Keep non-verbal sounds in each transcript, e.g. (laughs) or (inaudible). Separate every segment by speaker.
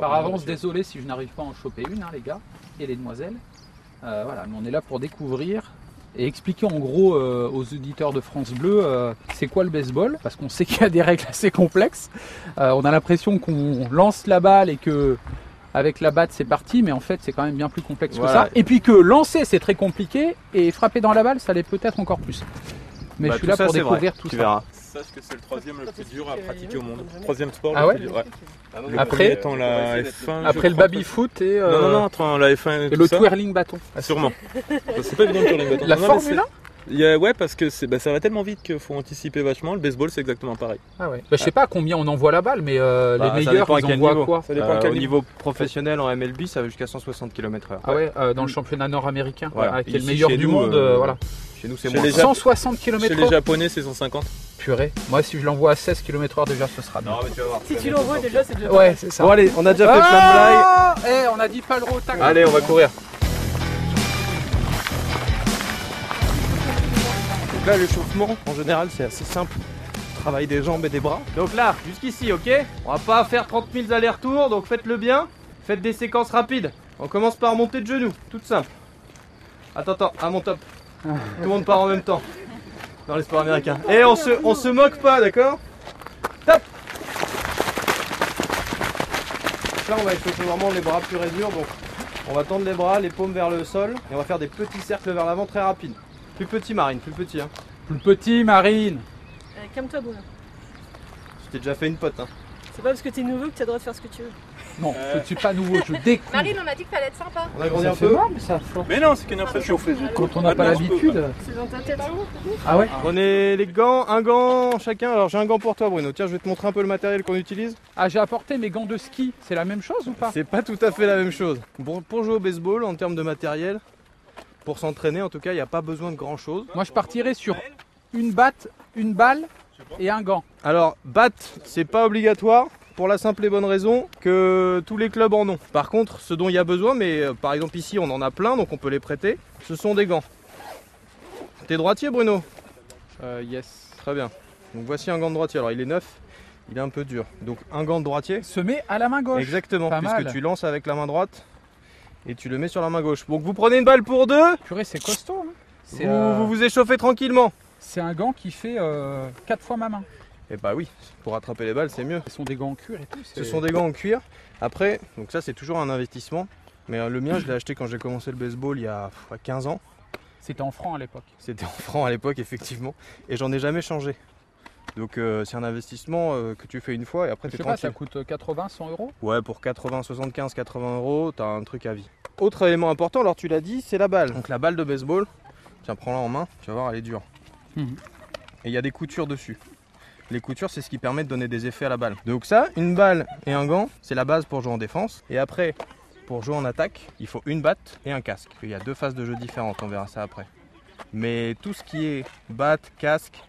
Speaker 1: Par avance, désolé si je n'arrive pas à en choper une, hein, les gars et les demoiselles. Euh, voilà, mais on est là pour découvrir et expliquer en gros euh, aux auditeurs de France Bleu euh, c'est quoi le baseball, parce qu'on sait qu'il y a des règles assez complexes. Euh, on a l'impression qu'on lance la balle et que avec la batte c'est parti, mais en fait c'est quand même bien plus complexe
Speaker 2: Voilà.
Speaker 1: que ça. Et puis que lancer c'est très compliqué et frapper dans la balle ça l'est peut-être encore plus. Mais
Speaker 2: Bah,
Speaker 1: je suis
Speaker 2: tout
Speaker 1: là
Speaker 2: ça,
Speaker 1: pour
Speaker 2: c'est
Speaker 1: découvrir
Speaker 2: vrai.
Speaker 1: tout
Speaker 2: tu
Speaker 1: ça.
Speaker 2: verras.
Speaker 3: Sache que c'est le troisième le plus dur à pratiquer au monde. Troisième sport
Speaker 1: Ah
Speaker 3: le
Speaker 1: ouais
Speaker 3: plus dur. ouais. Le
Speaker 1: Après-
Speaker 3: premier étant la F1. je
Speaker 1: Après le
Speaker 3: crois,
Speaker 1: baby foot et,
Speaker 3: Non,
Speaker 1: euh,
Speaker 3: non, non, entre la F1 et,
Speaker 1: et
Speaker 3: tout
Speaker 1: le
Speaker 3: ça.
Speaker 1: twirling bâton.
Speaker 3: (laughs) Sûrement. c'est pas évident de tourner le bâton.
Speaker 1: La
Speaker 3: Non, mais
Speaker 1: Formule 1
Speaker 3: c'est- il y a- Ouais, parce que c'est- bah, ça va tellement vite qu'il faut anticiper vachement. Le baseball, c'est exactement pareil.
Speaker 1: Ah ouais. Bah, je sais pas combien on envoie la balle, mais euh,
Speaker 2: Bah, ça
Speaker 1: les meilleurs
Speaker 2: dépend à
Speaker 1: ils
Speaker 2: quel
Speaker 1: envoient
Speaker 2: niveau.
Speaker 1: quoi
Speaker 3: Ça dépend
Speaker 2: Euh,
Speaker 3: quel
Speaker 2: au niveau professionnel en MLB, ça va jusqu'à 160 km/h.
Speaker 1: Ah ouais, euh, dans le championnat nord-américain,
Speaker 2: Voilà.
Speaker 1: ah, qui est le
Speaker 2: Ici,
Speaker 1: meilleur
Speaker 2: chez
Speaker 1: du
Speaker 2: nous,
Speaker 1: monde.
Speaker 2: euh,
Speaker 1: euh, voilà.
Speaker 2: Chez nous, c'est
Speaker 3: Chez
Speaker 2: moins.
Speaker 3: les
Speaker 2: ça.
Speaker 3: gens-
Speaker 1: 160
Speaker 3: Chez
Speaker 1: km
Speaker 3: les Japonais, c'est 150.
Speaker 1: Purée. Moi, si je l'envoie à 16 km/h déjà, ce sera bien.
Speaker 3: mais tu vas voir.
Speaker 4: Si tu l'envoies déjà, c'est déjà
Speaker 1: Ouais, c'est ça.
Speaker 2: Bon allez, on a déjà fait
Speaker 1: Ah Eh, on a dit pas le rot,
Speaker 2: plein
Speaker 1: tac.
Speaker 2: de blagues. Allez, on va courir. Donc là, l'échauffement, en général, c'est assez simple. Travail des jambes et des bras.
Speaker 5: Donc là, jusqu'ici, ok On va pas faire 30 000 allers-retours, donc faites-le bien. Faites des séquences rapides. On commence par monter de genoux, toute simple. Attends, attends, à mon top. Tout le monde part en même temps. Dans l'espoir américain. Et on se, on se moque pas, d'accord Top Là, on va échauffer vraiment les bras purs et durs, donc on va tendre les bras, les paumes vers le sol, et on va faire des petits cercles vers l'avant très rapides. Plus petit, Marine, plus petit, hein.
Speaker 1: Plus petit, Marine.
Speaker 4: Euh, Calme-toi, Bruno.
Speaker 5: Je t'ai déjà fait une pote, hein.
Speaker 4: C'est pas parce que t'es nouveau que t'as le droit de faire ce que tu veux.
Speaker 1: Non,
Speaker 2: Euh.
Speaker 1: je ne suis pas nouveau, je découvre.
Speaker 6: Marine, on m'a dit qu'il fallait être sympa.
Speaker 5: On agrandit
Speaker 1: ça
Speaker 5: un
Speaker 1: fait
Speaker 5: peu.
Speaker 1: mal, mais ça. faut-
Speaker 3: Mais non, c'est qu'une impression.
Speaker 1: Quand
Speaker 2: Ah,
Speaker 1: on n'a pas l'habitude.
Speaker 6: C'est dans ta tête.
Speaker 1: Ah ouais
Speaker 5: Prenez les gants, un gant chacun. Alors j'ai un gant pour toi Bruno. Tiens, je vais te montrer un peu le matériel qu'on utilise.
Speaker 1: Ah, j'ai apporté mes gants de ski. C'est la même chose ou pas
Speaker 5: C'est pas tout à fait la même chose. Pour, pour jouer au baseball, en termes de matériel, pour s'entraîner en tout cas, il n'y a pas besoin de grand chose.
Speaker 1: Moi, je partirais sur une batte, une balle et un gant.
Speaker 5: Alors, batte, c'est pas obligatoire. Pour la simple et bonne raison que tous les clubs en ont. Par contre, ce dont il y a besoin, mais euh, par exemple ici on en a plein, donc on peut les prêter, ce sont des gants. T'es droitier Bruno
Speaker 1: Euh,
Speaker 5: Yes. Très bien. Donc voici un gant de droitier. Alors il est neuf, il est un peu dur. Donc un gant de droitier,
Speaker 1: Se met à la main gauche.
Speaker 5: Exactement,
Speaker 1: Pas
Speaker 5: puisque
Speaker 1: mal.
Speaker 5: tu lances avec la main droite et tu le mets sur la main gauche. Donc vous prenez une balle pour deux,
Speaker 1: Purée, c'est costaud. hein.
Speaker 5: vous,
Speaker 1: C'est euh,
Speaker 5: vous vous échauffez tranquillement.
Speaker 1: c'est un gant qui fait 4 fois ma main.
Speaker 5: Et bah oui, pour attraper les balles, c'est mieux.
Speaker 1: Ce sont des gants en cuir et tout.
Speaker 5: Ce sont des gants en cuir. Après, donc ça c'est toujours un investissement. Mais euh, le mien, je l'ai acheté quand j'ai commencé le baseball il y a pff, 15 ans.
Speaker 1: C'était en franc à l'époque.
Speaker 5: C'était en francs à l'époque, effectivement. Et j'en ai jamais changé. Donc euh, c'est un investissement euh, que tu fais une fois et après
Speaker 1: Je
Speaker 5: tu es
Speaker 1: sais pas, ça
Speaker 5: tranquille.
Speaker 1: coûte 80, 100 euros.
Speaker 5: Ouais, pour 80, 75, 80 euros, t'as un truc à vie. Autre élément important, alors tu l'as dit, c'est la balle. Donc la balle de baseball, tiens, prends-la en main, tu vas voir, elle est dure.
Speaker 1: Mhm.
Speaker 5: Et il y a des coutures dessus. Les coutures, c'est ce qui permet de donner des effets à la balle. Donc ça, une balle et un gant, c'est la base pour jouer en défense. Et après, pour jouer en attaque, il faut une batte et un casque. Il y a deux phases de jeu différentes, on verra ça après. Mais tout ce qui est batte, casque,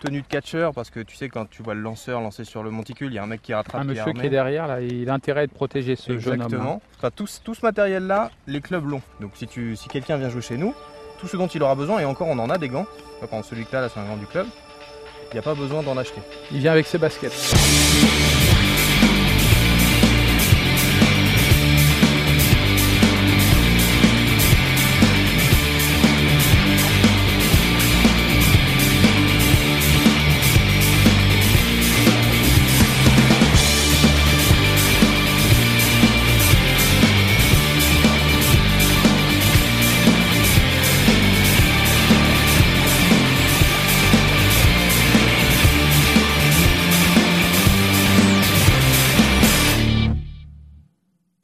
Speaker 5: tenue de catcheur, parce que tu sais, quand tu vois le lanceur lancer sur le monticule, il y a un mec qui rattrape.
Speaker 1: Un
Speaker 5: qui est
Speaker 1: monsieur qui
Speaker 5: armé.
Speaker 1: est derrière, là, il a intérêt à protéger ce jeune homme. hein.
Speaker 5: Exactement. Enfin, tout, ce- tout ce matériel-là, les clubs l'ont. Donc si, tu- si quelqu'un vient jouer chez nous, tout ce dont il aura besoin, et encore on en a des gants, par exemple celui-là, là, c'est un gant du club, il n'y a pas besoin d'en acheter.
Speaker 1: Il vient avec ses baskets.